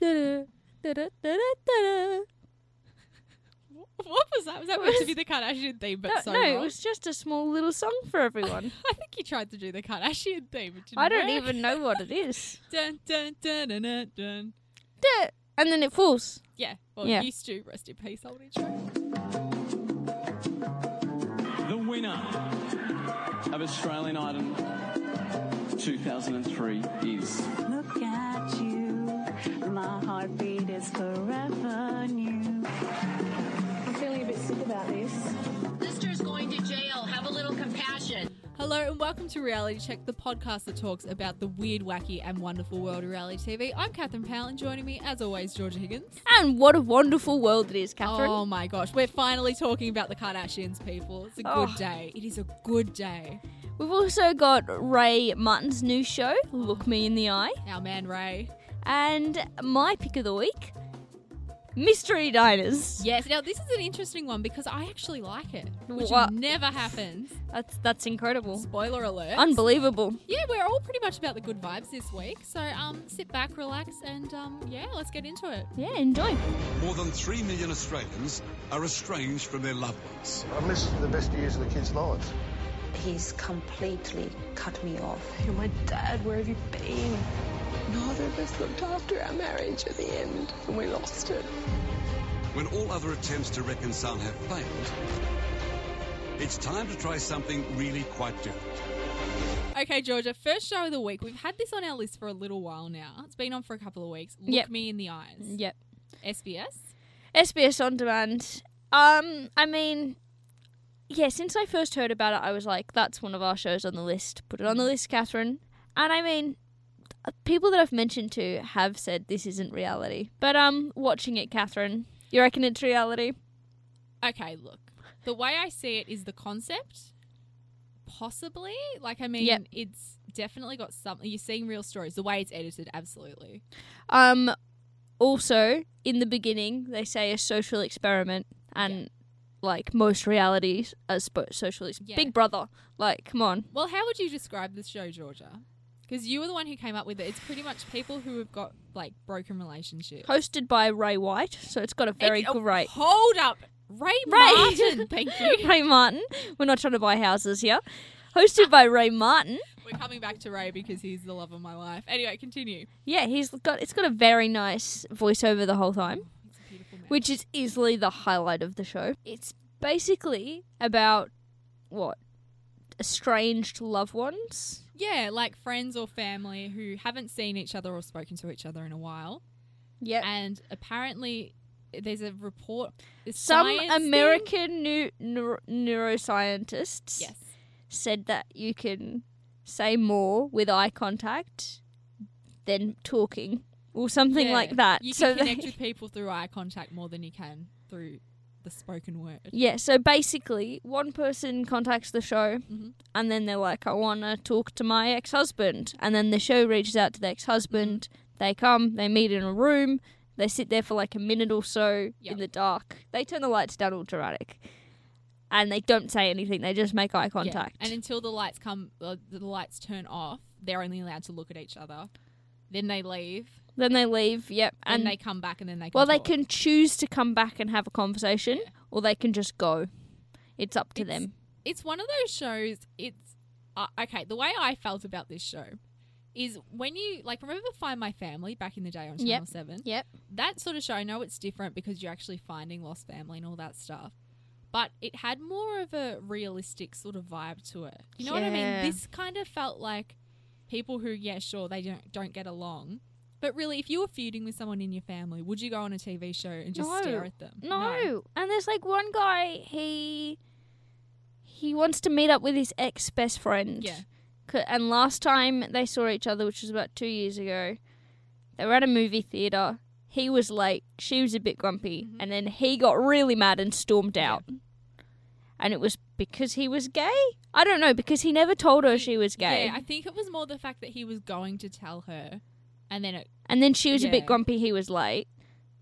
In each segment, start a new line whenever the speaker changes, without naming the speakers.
What was that? Was that meant to be the Kardashian theme, but
no,
so
no, it
wrong?
was just a small little song for everyone.
I think you tried to do the Kardashian theme. But didn't
I don't
work.
even know what it is.
Dun, dun, dun, dun, dun, dun.
Duh. And then it falls.
Yeah. Well,
Yeah.
used to rest in peace, old intro.
the winner of Australian Idol 2003 is.
Look at you. My heartbeat is forever new. I'm feeling a bit sick about this.
Sister's going to jail. Have a little compassion.
Hello and welcome to Reality Check, the podcast that talks about the weird, wacky, and wonderful world of reality TV. I'm Catherine Powell, and joining me, as always, Georgia Higgins.
And what a wonderful world it is, Catherine.
Oh my gosh, we're finally talking about the Kardashians, people. It's a good
Oh.
day. It is a good day.
We've also got Ray Martin's new show, Look Me in the Eye,
Our man Ray.
and my pick of the week, Mystery Diners.
Yes. Now this is an interesting one because I actually like it, which
What?
never happens.
That's that's incredible.
Spoiler alert.
Unbelievable.
yeah, we're all pretty much about the good vibes this week. So um, sit back, relax, and um, yeah, let's get into it.
Yeah, enjoy.
More than 3 million Australians are estranged from their loved ones.
I've missed the best years of the kids' lives.
He's completely cut me off.
You're my dad. Where have you been? Neither of us looked after our marriage at the end, and we lost it.
When all other attempts to reconcile have failed, it's time to try something really quite different.
Okay, Georgia, first show of the week. We've had this on our list for a little while now. It's been on for a couple of weeks. Look
Yep.
me in the eyes.
Yep.
SBS.
SBS on demand. Um, I mean, yeah. Since I first heard about it, I was like, "That's one of our shows on the list. Put it on the list, Catherine." And I mean, uh, people that I've mentioned to have said this isn't reality, but um, watching it, Catherine, you reckon it's reality?
Okay, look. The way I see it is the concept, possibly. Like, I mean,
Yep.
it's definitely got something. You're seeing real stories. The way it's edited, absolutely.
Um, also in the beginning, they say a social experiment, and like most realities, a spo- social ex-
Yeah.
Big Brother. Like, come on.
Well, how would you describe this show, Georgia? Because you were the one who came up with it. It's pretty much people who have got like broken relationships.
Hosted by Ray White, so it's got a very
Ex- oh,
great.
Hold up, Ray,
Ray.
Martin. Thank you.
Ray Martin. We're not trying to buy houses here. Hosted by Ray Martin.
We're coming back to Ray because he's the love of my life. Anyway, continue.
Yeah, he's got it's got a very nice voiceover the whole time,
It's a beautiful man.
which is easily the highlight of the show. It's basically about what estranged loved ones.
Yeah, like friends or family who haven't seen each other or spoken to each other in a while.
Yeah,
And apparently, there's a report. a
some
science thing-
American new neuro- neuroscientists
Yes.
said that you can say more with eye contact than talking or something
Yeah.
like that.
You
So
can
they-
connect with people through eye contact more than you can through the spoken word.
Yeah, so basically, one person contacts the show
Mhm.
and then they're like, I want to talk to my ex husband. And then the show reaches out to the ex husband.
Mm-hmm.
They come, they meet in a room, they sit there for like a minute or so
Yep.
in the dark. They turn the lights down all dramatic. And they don't say anything, they just make eye
Yeah,
contact.
And until the lights come, uh, the lights turn off. They're only allowed to look at each other. Then they leave.
then they leave, yep.
And
And
they come back, and then they. Can
well, they
talk.
can choose to come back and have a conversation or they can just go. It's up to
It's-
them.
It's one of those shows. It's uh, okay. The way I felt about this show is when you like remember Find My Family back in the day on Channel
Yep.
Seven.
Yep.
That sort of show. I know it's different because you're actually finding lost family and all that stuff. But it had more of a realistic sort of vibe to it. You know what I
Yeah.
mean? This kind of felt like people who, yeah, sure, they don't don't get along, but really, if you were feuding with someone in your family, would you go on a TV show and just
No.
stare at them?
No. And there's like one guy, he he wants to meet up with his ex best friend.
Yeah.
C- And last time they saw each other, which was about two years ago, they were at a movie theater. He was late. She was a bit grumpy,
Mm-hmm.
and then he got really mad and stormed out. And it was because he was gay. I don't know because he never told her she was gay,
Yeah, I think it was more the fact that he was going to tell her, and then it.
and then she was a
Yeah.
bit grumpy. He was late.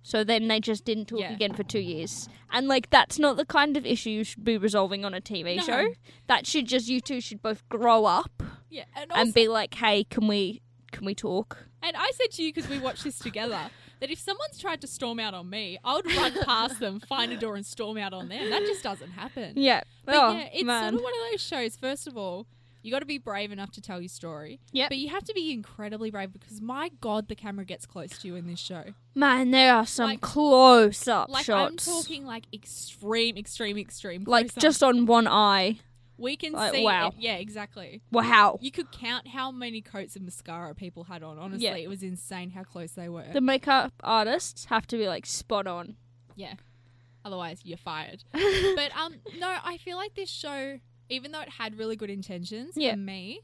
So then they just didn't talk
Yeah.
again for two years, and like that's not the kind of issue you should be resolving on a TV
No.
show. That should just you two should both grow up
Yeah, and,
and be like, hey, can we can we talk?
and I said to you because we watched this together that if someone's tried to storm out on me, I would run past them, find a door, and storm out on them. That just doesn't happen.
Yeah.
But
oh,
yeah, it's
man.
sort of one of those shows. First of all, you got to be brave enough to tell your story.
Yep.
But you have to be incredibly brave because my god, the camera gets close to you in this show.
man, there are some
like-
close up
Like
shots.
I'm talking like extreme, extreme, extreme.
like
close-up.
just on one eye.
we can
like,
see.
wow.
it. Yeah, exactly.
Wow.
You could count how many coats of mascara people had on. Honestly,
Yeah.
it was insane how close they were.
The makeup artists have to be like spot on.
Yeah. Otherwise, you're fired. but um, no, I feel like this show, even though it had really good intentions
Yeah.
for me,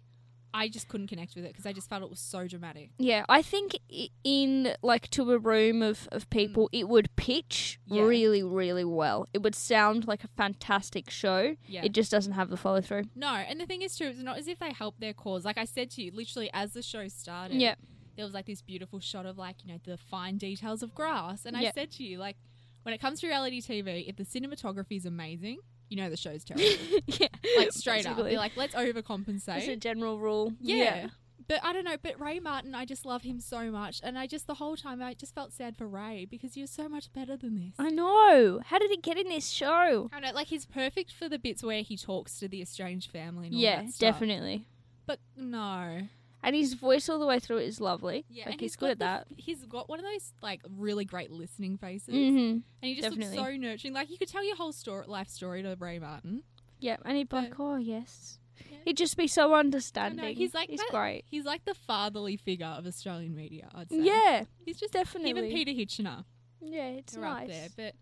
I just couldn't connect with it because I just felt it was so dramatic.
Yeah, I think i- in like to a room of, of people, it would pitch
Mm. Yeah.
really, really well. It would sound like a fantastic show.
Yeah.
It just doesn't have the follow through.
No, and the thing is, too, it's not as if they helped their cause. Like I said to you, literally as the show started,
Yeah.
there was like this beautiful shot of like you know the fine details of grass, and
Yeah.
I said to you, like when it comes to reality TV, if the cinematography is amazing, you know the show's terrible.
yeah,
like straight up,
basically.
they're like let's overcompensate.
It's a general rule.
Yeah. But I don't know, but Ray Martin, I just love him so much. And I just, the whole time, I just felt sad for Ray because you're so much better than this. I
I know. How did it get in this show?
don't know, like, he's perfect for the bits where he talks to the estranged family and all
Yeah,
that stuff.
definitely.
But no.
And his voice all the way through is lovely.
Yeah.
like
and
he's,
got
good at
the-
that.
He's got one of those, like, really great listening faces.
Mm-hmm.
And he just looks so
definitely.
nurturing. Like, you could tell your whole story, life story to Ray Martin.
Yeah, and he'd be
Yeah.
like, "Oh yes,"
Yeah.
he'd just be so
I don't
understanding.
know, he's like,
he's
that-
great.
He's like the fatherly figure of Australian media, I'd say.
Yeah,
He's just
definitely.
Him and Peter Hitchener.
yeah, it's
are
nice.
up there. But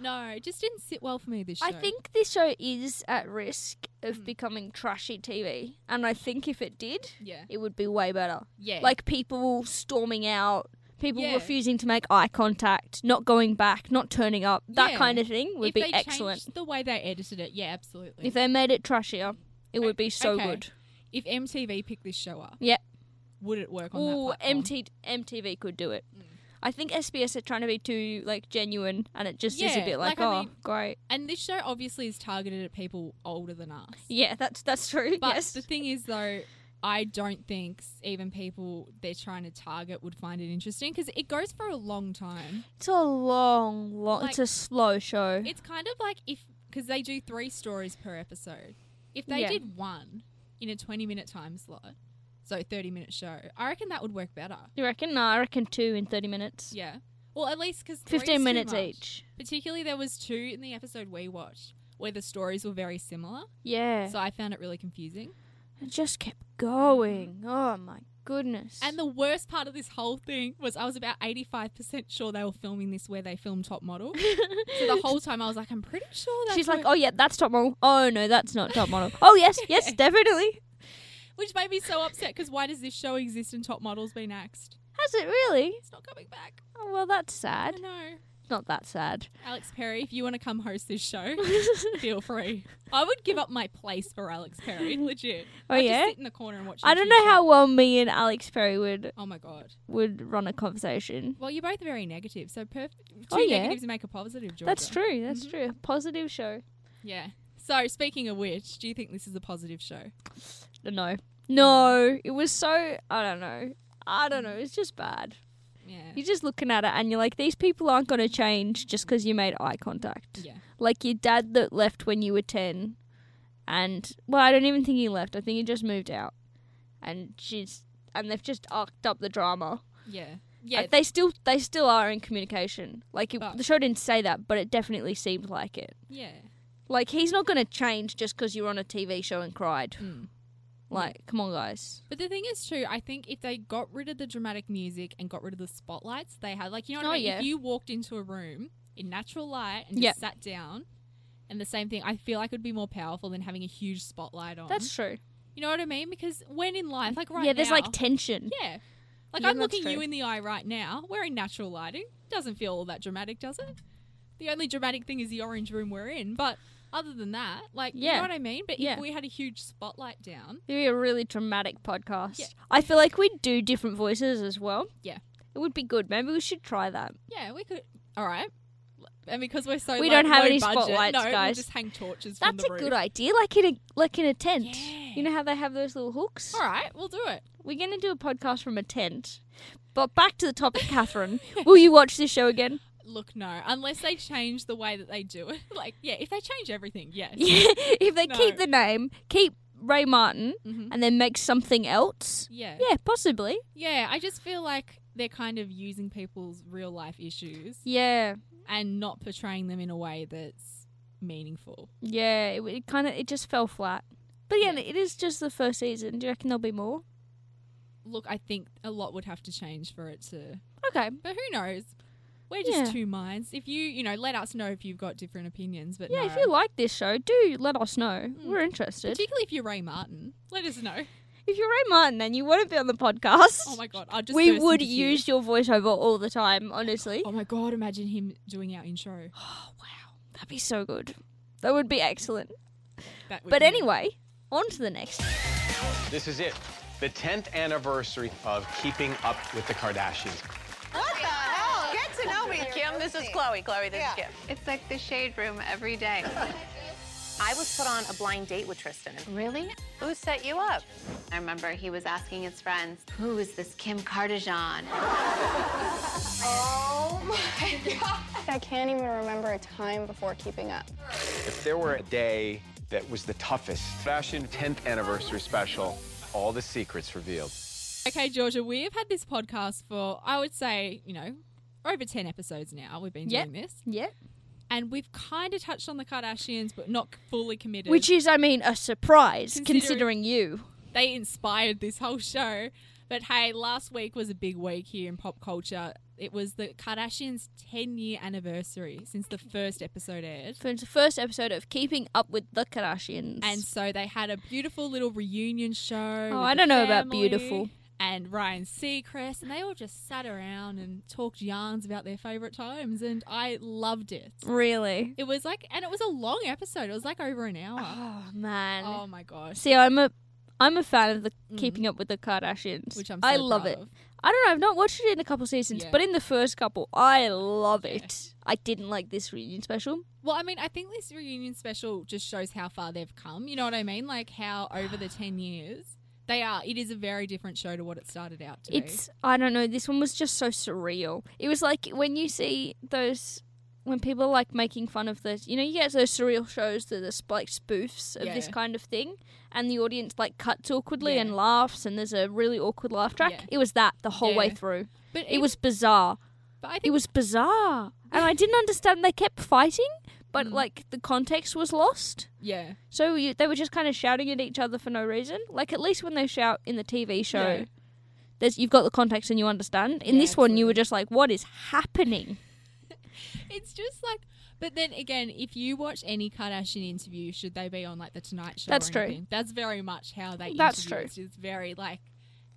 no, it just didn't sit well for me this show.
I think this show is at risk of
Mm.
becoming trashy TV, and I think if it did,
Yeah.
it would be way better.
Yeah.
Like people storming out, people
Yeah.
refusing to make eye contact, not going back, not turning up, that
Yeah.
kind of thing would
if
be
they
excellent.
changed the way they edited it, yeah, absolutely.
If they made it trashier, it would be so
okay.
good.
if MTV picked this show up,
Yeah.
would it work on
Ooh,
that platform? Hmm.
MT- MTV could do it. I think SBS are trying to be too like genuine, and it just is a
Yeah,
bit like,
like, I
oh,
mean-
great.
And this show obviously is targeted at people older than us.
Yeah, that's that's true.
But
yes,
the thing is, though, I don't think s- even people they're trying to target would find it interesting because it goes for a long time.
it's a long, long. it's
like-
a slow show.
It's kind of like if because they do three stories per episode. If they
Yeah.
did one in a twenty-minute time slot, so thirty-minute show, I reckon that would work better.
you reckon? No, I reckon two in thirty minutes.
Yeah. Well, at least because
fifteen minutes each.
Particularly, there was two in the episode we watched where the stories were very similar,
Yeah,
so I found it really confusing.
it just kept going. Oh my goodness.
Mm. And the worst part of this whole thing was I was about eighty-five percent sure they were filming this where they filmed Top Model. so the whole time I was like, I'm pretty sure that's
she's like,
where-
oh yeah, that's top model. Oh no, that's not top model. oh yes, yes, definitely. "Oh."
which made me so upset because why does this show exist and Top Model's been axed?
Has it really?
It's not coming back.
Oh, well, that's
I
sad.
know.
Not that sad.
Alex Perry, if you want to come host this show, feel free. I would give up my place for Alex Perry, legit.
Oh,
I'd
yeah?
just sit in the corner and watch.
I
him
don't
shoot
know how
shots.
well me and Alex Perry would
Oh my god.
would run a conversation.
Well, you're both very negative, so perf- two
Oh, yeah.
negatives make a positive. Georgia.
That's true.
Mm-hmm.
That's true. A positive show.
Yeah. So speaking of which, do you think this is a positive show? Uh,
No, no.
Mm.
It was so. I don't know. I don't know. It's just bad.
Yeah.
You're just looking at it and you're like, these people aren't going to change just because you made eye contact.
Yeah.
Like your dad that left when you were ten, and well, I don't even think he left. I think he just moved out, and she's and they've just arced up the drama.
Yeah. Yeah. Oh.
Like, they still they still are in communication. Like it,
But-
the show didn't say that, but it definitely seemed like it.
yeah.
Like he's not going to change just because you're on a TV show and cried.
Mm.
Like, come on, guys.
But the thing is, too, I think if they got rid of the dramatic music and got rid of the spotlights, they had like you know what
Oh,
I mean.
yeah.
If you walked into a room in natural light and just
Yep.
sat down, and the same thing, I feel like it would be more powerful than having a huge spotlight on.
That's true.
you know what I mean because when in life, like right
yeah, there's
now-
like tension.
Yeah. Like
Yeah,
I'm
that's
looking you
true.
in the eye right now, wearing natural lighting. Doesn't feel all that dramatic, does it? The only dramatic thing is the orange room we're in, but other than that, like you
Yeah.
know what I mean? But
Yeah.
if we had a huge spotlight down,
It'd be a really dramatic podcast.
Yeah.
I feel like we'd do different voices as well.
Yeah.
It would be good. Maybe we should try that.
yeah, we could all right. And because we're so
We
low-
don't have
low
any
budget,
spotlights,
no, we'll
guys.
just hang torches from
That's
the
a
roof.
good idea. Like in a like in a tent.
Yeah.
You know how they have those little hooks?
All right, we'll do it.
We're gonna do a podcast from a tent. But back to the topic, Catherine. Will you watch this show again?
Look, no, unless they change the way that they do it. Like, yeah, if they change everything, yes.
Yeah, if they keep
No.
the name, keep Ray Martin,
Mhm.
and then make something else.
Yeah.
Yeah, possibly.
Yeah, I just feel like they're kind of using people's real life issues
Yeah,
and not portraying them in a way that's meaningful.
yeah. It, it kind of it just fell flat. But again, it is just the first season. Do you reckon there'll be more?
Look, I think a lot would have to change for it to.
Okay.
But who knows? We're just
Yeah.
two minds. If you, you know, let us know if you've got different opinions. But
Yeah, if
no. Mm.
you like this show, do let us know. We're interested.
particularly if you're Ray Martin, let us know.
If you're Ray Martin, then you won't be on the podcast.
Oh my god, I just
we
burst
would
into tears.
use your voiceover all the time. Honestly,
Oh my god, imagine him doing our intro.
that'd be so good. That would be excellent.
That would
But
be-
anyway, on to the next.
This is it. The 10th anniversary of Keeping Up with the Kardashians.
What the hell? Get to know me, Kim. This is Chloe. Chloe, this is Kim.
It's like the shade room every day.
I was put on a blind date with Tristan.
really?
Who set you up?
I remember he was asking his friends, who is this Kim Kardashian?
Oh my god.
I can't even remember a time before keeping up.
If there were a day that was the toughest, Fashion 10th anniversary special, all the secrets revealed.
Okay, Georgia, we've had this podcast for, I would say, you know, over 10 episodes now. We've been
Yep.
doing this.
Yeah.
And we've kind of touched on the Kardashians, but not fully committed.
Which is, I mean, a surprise
Considering-
considering, you.
they inspired this whole show. But hey, last week was a big week here in pop culture. It was the Kardashians' 10 year anniversary since the first episode aired.
For the first episode of Keeping Up with the Kardashians.
And so they had a beautiful little reunion show.
Oh,
with
I
the
don't know about
family
beautiful.
And Ryan Seacrest, and they all just sat around and talked yarns about their favorite times, and I loved it.
really?
It was like, and it was a long episode. It was like over an hour.
Oh man.
Oh my gosh,
See, I'm a, I'm a fan of the Keeping Up with the Kardashians.
which I'm
I
so
love
proud
it.
of.
I don't know. I've not watched it in a couple seasons,
Yeah.
but in the first couple, I love it. I didn't like this reunion special.
Well, I mean, I think this reunion special just shows how far they've come. You know what I mean? Like how over the ten years they are. It is a very different show to what it started out to be.
It's I don't know. This one was just so surreal. It was like when you see those when people are like making fun of those. You know, you get those surreal shows that are sp- like spoofs of this
Yeah.
kind of thing, and the audience like cuts awkwardly
Yeah.
and laughs, and there's a really awkward laugh track.
Yeah.
It was that the whole way
Yeah.
through.
but
It was bizarre.
But I think
It was bizarre, and I didn't understand. They kept fighting, but
Mm.
like the context was lost.
yeah.
So you, they were just kind of shouting at each other for no reason. Like at least when they shout in the TV show,
Yeah.
there's you've got the context and you understand. In
Yeah,
this one, you were just like, "What is happening?"
It's just like, but then again, if you watch any Kardashian interview, should they be on like the Tonight Show?
That's
or
true.
anything, That's very much how they.
That's
interview.
true.
It's just very like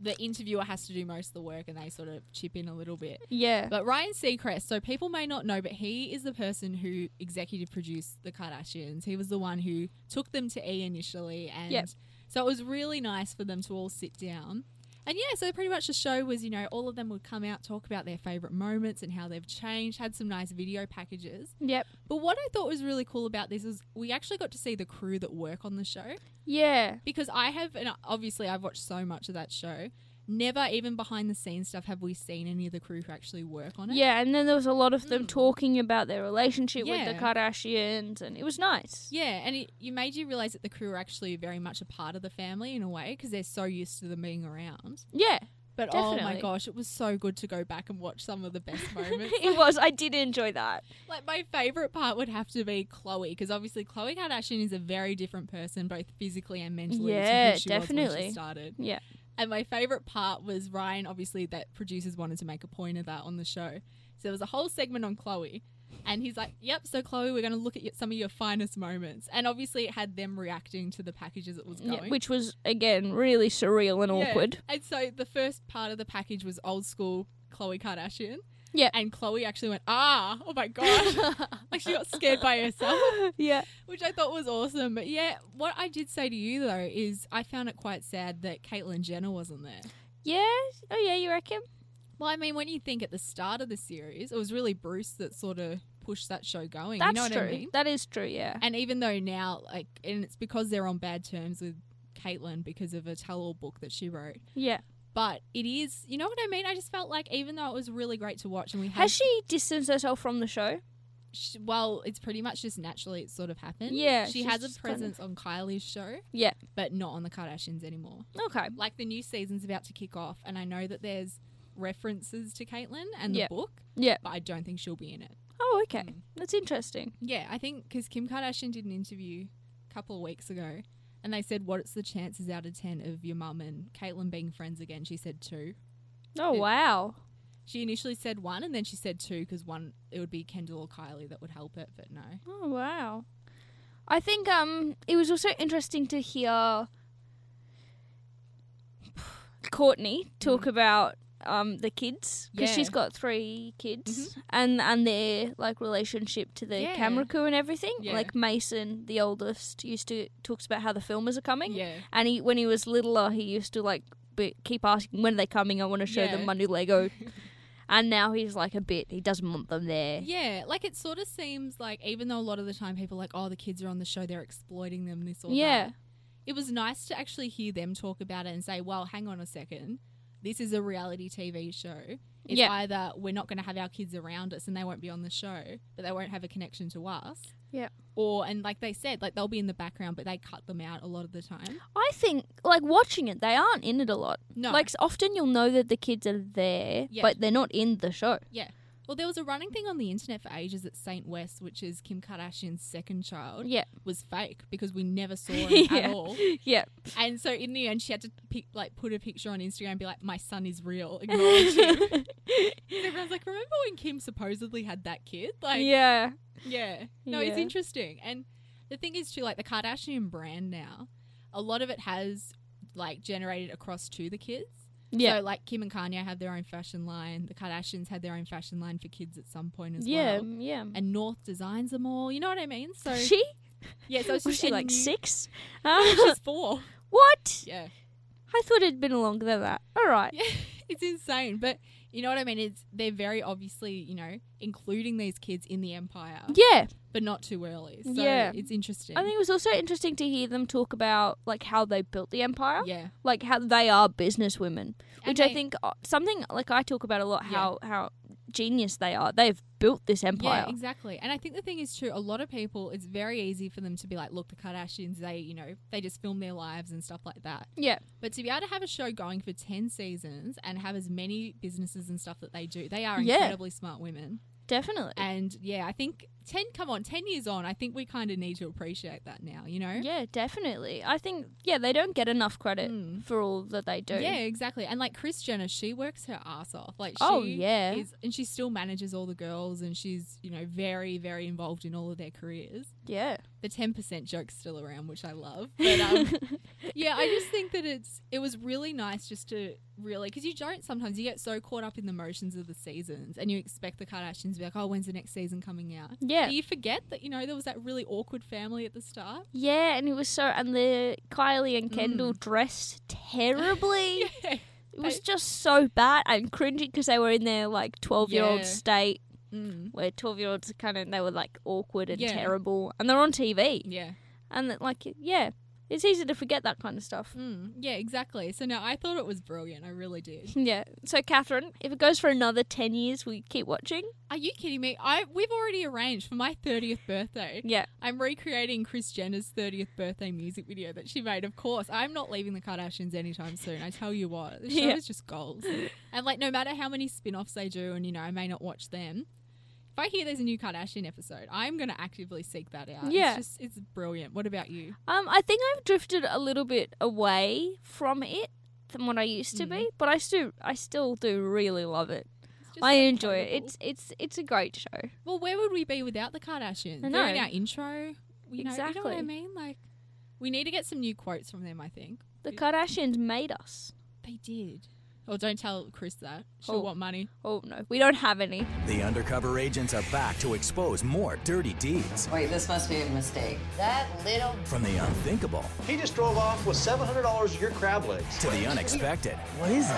the interviewer has to do most of the work, and they sort of chip in a little bit.
Yeah,
But Ryan Seacrest, so people may not know, but he is the person who executive produced the Kardashians. He was the one who took them to E initially, and
Yep.
so it was really nice for them to all sit down. And yeah, so pretty much the show was, you know, all of them would come out, talk about their favorite moments and how they've changed, had some nice video packages.
yep,
But what I thought was really cool about this is we actually got to see the crew that work on the show
yeah,
because I have, and obviously I've watched so much of that show. Never even behind the scenes stuff have we seen any of the crew who actually work on it.
yeah. And then there was a lot of them talking about their relationship with
Hmm. Yeah.
the Kardashians, and it was nice.
Yeah, and it, you made you realize that the crew are actually very much a part of the family in a way because they're so used to them being around.
Yeah,
But oh my
Definitely.
gosh, it was so good to go back and watch some of the best moments.
it was. I did enjoy that.
like my favorite part would have to be Chloe because obviously Chloe Kardashian is a very different person both physically and mentally. to who
Yeah,
she was when she
definitely.
started.
Yeah,
And my favorite part was Ryan, obviously, that producers wanted to make a point of that on the show. So there was a whole segment on Chloe. And he's like, Yep, so Chloe, we're going to look at y- some of your finest moments. And obviously, it had them reacting to the packages it was going.
yeah. Which was again really surreal and
Yeah.
awkward.
And so the first part of the package was old school Chloe Kardashian.
Yeah.
And Chloe actually went, Ah, oh my gosh. like she got scared by herself
yeah,
which I thought was awesome. But yeah, what I did say to you though is I found it quite sad that Caitlyn Jenner wasn't there.
yeah. Oh yeah, you reckon?
Well, I mean, when you think at the start of the series, it was really Bruce that sort of pushed that show going.
That's
you know what
true.
I mean?
That is true. Yeah.
And even though now, like, and it's because they're on bad terms with Caitlyn because of a tell-all book that she wrote.
Yeah.
But it is, you know what I mean? I just felt like even though it was really great to watch and we had,
Has she distanced herself from the show?
sh- well, it's pretty much just naturally it sort of happened.
Yeah,
She
she's
has a
just kind of-
presence on Kylie's show,
Yeah.
but not on the Kardashians anymore.
Okay.
Like the new season's about to kick off and I know that there's references to Caitlyn and
Yeah.
the book,
Yeah.
but I don't think she'll be in it.
Oh, okay.
Mm.
That's interesting.
Yeah, I think because Kim Kardashian did an interview a couple of weeks ago, and they said, "What's the chances out of ten of your mum and Caitlyn being friends again?" She said two.
Oh,
It-
wow.
She initially said one, and then she said two because one it would be Kendall or Kylie that would help it, but no.
Oh, wow. I think um it was also interesting to hear Courtney talk about um the kids because
Mm. Yeah. Mm-hmm.
she's got three kids and and their like relationship to the camera
Yeah.
crew and everything.
Yeah.
Like Mason, the oldest, used to talks about how the filmers are coming.
Yeah,
And he, when he was littler, he used to like be, keep asking, "When are they coming? I want to show them
Yeah.
my new Lego." and now he's like a bit. He doesn't want them there.
yeah. Like it sort of seems like even though a lot of the time people are like, "Oh, the kids are on the show, they're exploiting them," this or
Yeah.
that. It was nice to actually hear them talk about it and say, "Well, hang on a second, this is a reality TV show." It's
Yeah.
either we're not going to have our kids around us and they won't be on the show, but they won't have a connection to us.
Yeah.
Or and like they said, like they'll be in the background, but they cut them out a lot of the time.
I think like watching it, they aren't in it a lot.
No.
Like s- often you'll know that the kids are there,
Yeah.
but they're not in the show.
Yeah. Well, there was a running thing on the internet for ages that Saint West, which is Kim Kardashian's second child,
Yeah.
was fake because we never saw him
yeah.
at all.
Yeah.
And so in the end, she had to pic- like put a picture on Instagram and be like, "My son is real." Acknowledge him. and everyone's like, "Remember when Kim supposedly had that kid?" Like,
yeah.
Yeah. No, it's
Yeah.
interesting. And the thing is, too, like the Kardashian brand now, a lot of it has like generated across to the kids.
Yeah.
So, like Kim and Kanye have their own fashion line. The Kardashians had their own fashion line for kids at some point as
yeah.
well.
Yeah.
And North designs them all. You know what I mean? So,
she
yeah, so it's
was
just
she
a
like
new-
six? Ah,
She's four.
what?
Yeah.
I thought it'd been longer than that. All right.
Yeah, it's insane. But you know what I mean? It's they're very obviously, you know, including these kids in the empire,
Yeah.
but not too early. So
Yeah.
it's interesting.
I think it was also interesting to hear them talk about like how they built the empire.
yeah.
like how they are business women, which
And
I
they-
think uh, something like I talk about a lot
Yeah.
how how genius they are. They've built this empire.
Yeah, exactly. And I think the thing is too, a lot of people, it's very easy for them to be like, look, the Kardashians, they, you know, they just film their lives and stuff like that.
Yeah,
But to be able to have a show going for 10 seasons and have as many businesses and stuff that they do, they are
Yeah.
incredibly smart women.
definitely.
And yeah, I think 10, come on, 10 years on, I think we kind of need to appreciate that now, you know?
yeah, definitely. I think yeah, they don't get enough credit
Mm.
for all that they do.
Yeah, exactly. And like Chris Jenner, she works her ass off. Like, she
Oh, yeah.
is, and she still manages all the girls, and she's you know very, very involved in all of their careers.
yeah.
the ten percent joke's still around, which I love. But um, yeah, I just think that it's it was really nice just to really because you don't sometimes you get so caught up in the motions of the seasons and you expect the Kardashians to be like, oh, when's the next season coming out?
Yeah.
But you forget that you know there was that really awkward family at the start.
Yeah, and it was so and the Kylie and Kendall dressed terribly.
Hmm.
It
Yeah.
was
They-
just so bad and cringy because they were in their like twelve year
Yeah.
old state
Mm.
where twelve year olds kind of they were like awkward and
Yeah.
terrible, and they're on TV.
Yeah.
and that, like yeah it's easy to forget that kind of stuff
Mm. Yeah. Exactly. So no, I thought it was brilliant. I really did.
yeah so catherine if it goes for another 10 years we keep watching
Are you kidding me? I we've already arranged for my thirtieth birthday.
yeah
I'm recreating Chris Jenner's 30th birthday music video that she made. Of course, I'm not leaving the Kardashians anytime soon. I tell you what, the show
Yeah.
is just goals. And like, no matter how many spin-offs they do, and you know, I may not watch them. If I hear there's a new Kardashian episode, I'm going to actively seek that out.
Yeah.
it's just it's brilliant. What about you?
um i think i've drifted a little bit away from it than what i used to be but i still i still do really love it
It's just
i
so
enjoy it
quotable.
it's it's it's a great show
well, where would we be without the Kardashians?
I
They're in
know.
our intro. You know, You know what I
Exactly.
mean? Like, we need to get some new quotes from them. I think
the kardashians made us
they did. Oh, don't tell Chris that. She'll
Oh.
want money.
oh no we don't have any
The undercover agents are back to expose more dirty deeds
Wait, this must be a mistake. That little
from the unthinkable
He just drove off with $700 of your crab legs.
to the unexpected. What is it?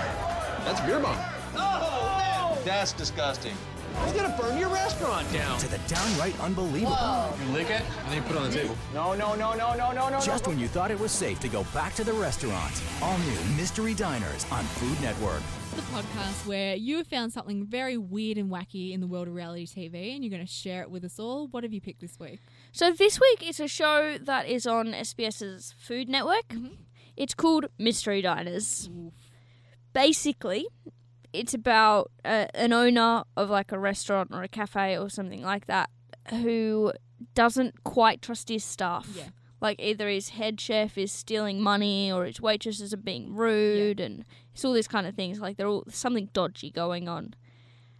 That's beer money. Oh, that's disgusting. I'm gonna burn your restaurant down.
To the downright unbelievable.
You lick it and then you put it on the table.
No, no, no, no, no, no, no.
Just
no.
when you thought it was safe to go back to the restaurant, all new Mystery Diners on Food Network.
the podcast where you have found something very weird and wacky in the world of reality TV and you're going to share it with us all. What have you picked this week?
So this week it's a show that is on SBS's Food Network. It's called Mystery Diners. Basically, it's about uh, an owner of like a restaurant or a cafe or something like that who doesn't quite trust his staff.
Yeah.
Like either his head chef is stealing money or his waitresses are being rude and it's all these kind of things. Like they're all something dodgy going on.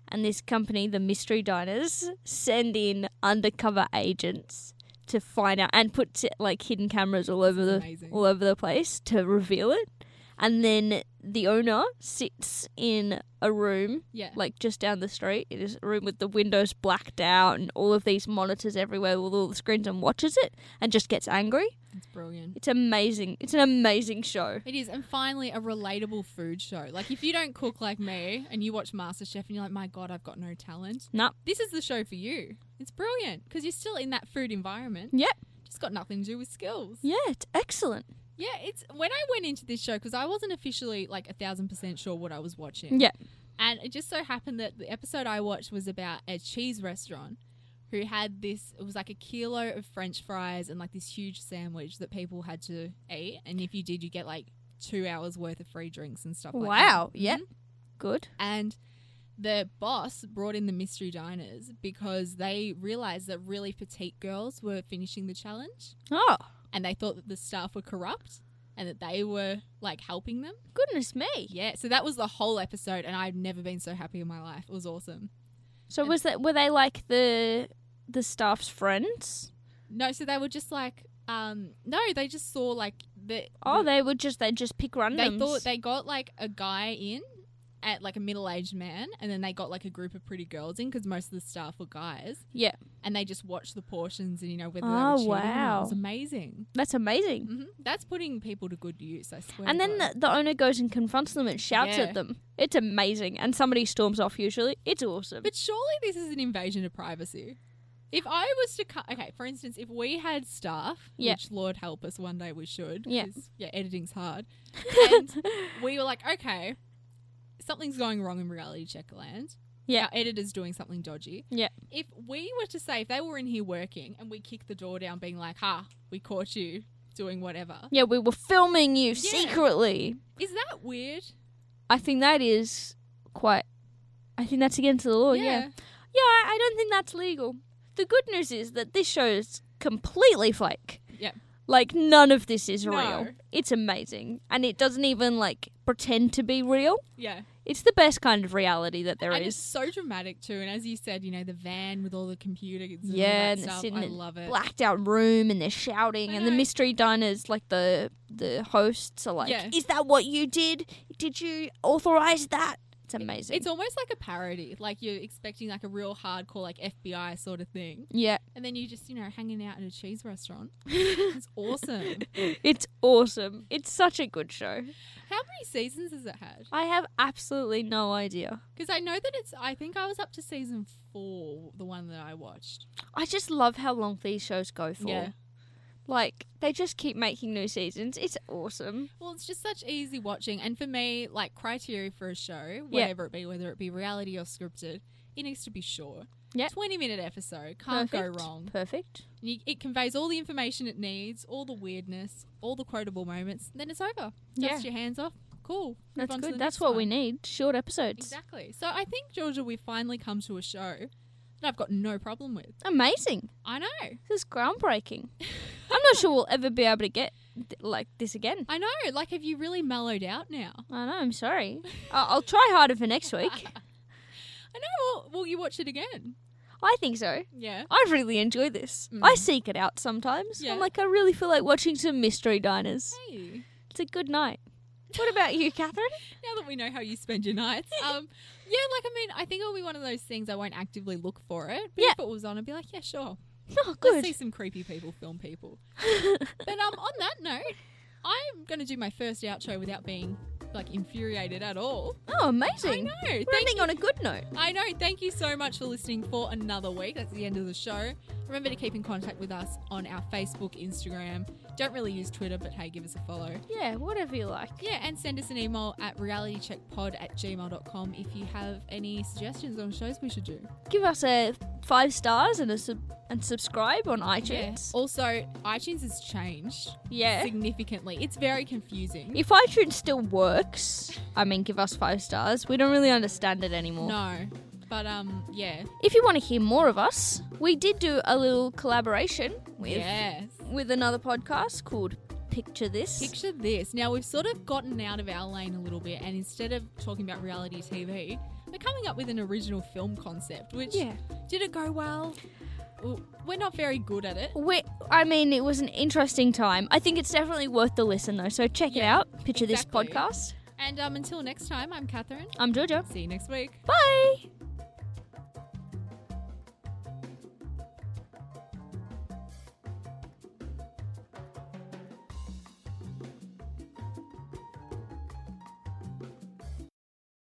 And this company, the Mystery Diners, send in undercover agents to find out and put like hidden cameras all over the
amazing.
all over the place to reveal it. And then the owner sits in a room,
Yeah.
like just down the street. It is a room with the windows blacked out and all of these monitors everywhere with all the screens and watches it and just gets angry.
It's brilliant.
It's amazing. It's an amazing show.
It is. And finally, a relatable food show. Like, if you don't cook like me and you watch MasterChef and you're like, my God, I've got no talent,
Nah.
this is the show for you. It's brilliant because you're still in that food environment.
Yep.
Just got nothing to do with skills.
Yeah, it's excellent.
Yeah, it's when I went into this show because I wasn't officially like a thousand percent sure what I was watching.
Yeah.
And it just so happened that the episode I watched was about a cheese restaurant who had this, it was like a kilo of French fries and like this huge sandwich that people had to eat. And if you did, you get like two hours worth of free drinks and stuff like that. Mm-hmm.
Wow. Yep. Good.
And the boss brought in the mystery diners because they realized that really petite girls were finishing the challenge
Oh,
and they thought that the staff were corrupt and that they were like helping them.
goodness me.
Yeah, so that was the whole episode, and I've never been so happy in my life. It was awesome.
So was that were they like the the staff's friends?
No, so they were just like, um, no, they just saw like the.
Oh, they would just they just pick randoms.
they thought they got like a guy in at like a middle-aged man, and then they got like a group of pretty girls in because most of the staff were guys,
yeah,
and they just watched the portions and you know whether
Oh,
they were cheating. or not.
wow.
It was amazing.
that's amazing.
hmm That's putting people to good use. I swear.
And
to
then
God.
the, the owner goes and confronts them and shouts
Yeah.
at them. It's amazing. And somebody storms off. Usually, it's awesome.
But surely this is an invasion of privacy. If I was to cut, okay, for instance, if we had staff,
Yeah.
which Lord help us, one day we should.
Yeah.
'cause, yeah, editing's hard. And we were like, okay, something's going wrong in reality check land.
Yeah.
Our editor's doing something dodgy.
yeah,
If we were to say, if they were in here working and we kicked the door down, being like, ha, we caught you doing whatever,
yeah, we were filming you secretly.
is that weird?
I think that is quite. I think that's against the law. Yeah, yeah.
Yeah.
I, I don't think that's legal. The good news is that this show is completely fake.
Yeah.
Like none of this is
No.
real. It's amazing, and it doesn't even like pretend to be real.
Yeah.
It's the best kind of reality that there is.
and it's so dramatic too. And as you said, you know the van with all the computers. And all
Yeah,
that
and they're
stuff.
sitting
I
in a
love it.
blacked out room and they're shouting,
I
and the
know.
mystery diners, like the the hosts, are like,
Yeah.
"Is that what you did? Did you authorize that?" It's amazing.
It's almost like a parody. Like you're expecting like a real hardcore like FBI sort of thing,
yeah,
and then you just you know hanging out in a cheese restaurant. it's awesome.
it's awesome. It's such a good show.
How many seasons has it had?
I have absolutely no idea.
Because I know that it's. I think I was up to season four, the one that I watched.
I just love how long these shows go for.
Yeah.
Like they just keep making new seasons. It's awesome.
Well, it's just such easy watching, and for me, like criteria for a show,
Yeah.
whatever it be, whether it be reality or scripted, it needs to be short.
Yeah.
twenty minute episode can't
Perfect.
go wrong.
Perfect.
And you- It conveys all the information it needs, all the weirdness, all the quotable moments. Then it's over.
Yeah.
Dust your hands off. Cool. Move
That's
on to
good.
the
That's
next
what we
one.
need. Short episodes.
Exactly. So I think Georgia, we've finally come to a show that I've got no problem with.
Amazing.
I know.
This is groundbreaking. I'm not sure we'll ever be able to get th- like this again.
I know. Like, have you really mellowed out now?
I know. I'm sorry. I- I'll try harder for next week.
I know. Well, will you watch it again?
I think so.
Yeah.
I really enjoy this. I seek it out sometimes.
Mm. Yeah.
I'm like, I really feel like watching some mystery diners.
Hey.
It's a good night. What about you, Catherine?
Now that we know how you spend your nights, um, yeah, like I mean, I think it'll be one of those things I won't actively look for it. But
Yeah.
if it was on, I'd be like, yeah, sure.
Oh,
Let's see
good.
some creepy people film people. But um, on that note, I'm going to do my first outro without being like infuriated at all.
Oh, amazing.
I know.
We're
Thank
ending
you-
on a good note.
I know. Thank you so much for listening for another week. That's the end of the show. Remember to keep in contact with us on our Facebook, Instagram. Don't really use Twitter, but hey, give us a follow.
Yeah, whatever you like.
Yeah, and send us an email at realitycheckpod at gmail.com if you have any suggestions on shows we should do.
Give us a five stars and a sub- and subscribe on iTunes.
Also, iTunes has changed
Yeah.
significantly. It's very confusing.
If iTunes still works, I mean, give us five stars. We don't really understand it anymore.
no. But um yeah.
If you want to hear more of us, we did do a little collaboration with
Yes.
with another podcast called Picture This.
Picture this. Now we've sort of gotten out of our lane a little bit and instead of talking about reality TV, we're coming up with an original film concept, which
Yeah.
did it go well? W- We're not very good at it.
we, I mean, it was an interesting time. I think it's definitely worth the listen, though. So check it out. Picture
exactly.
This podcast.
And um, until next time, I'm Catherine.
I'm Jojo.
See you next week.
Bye.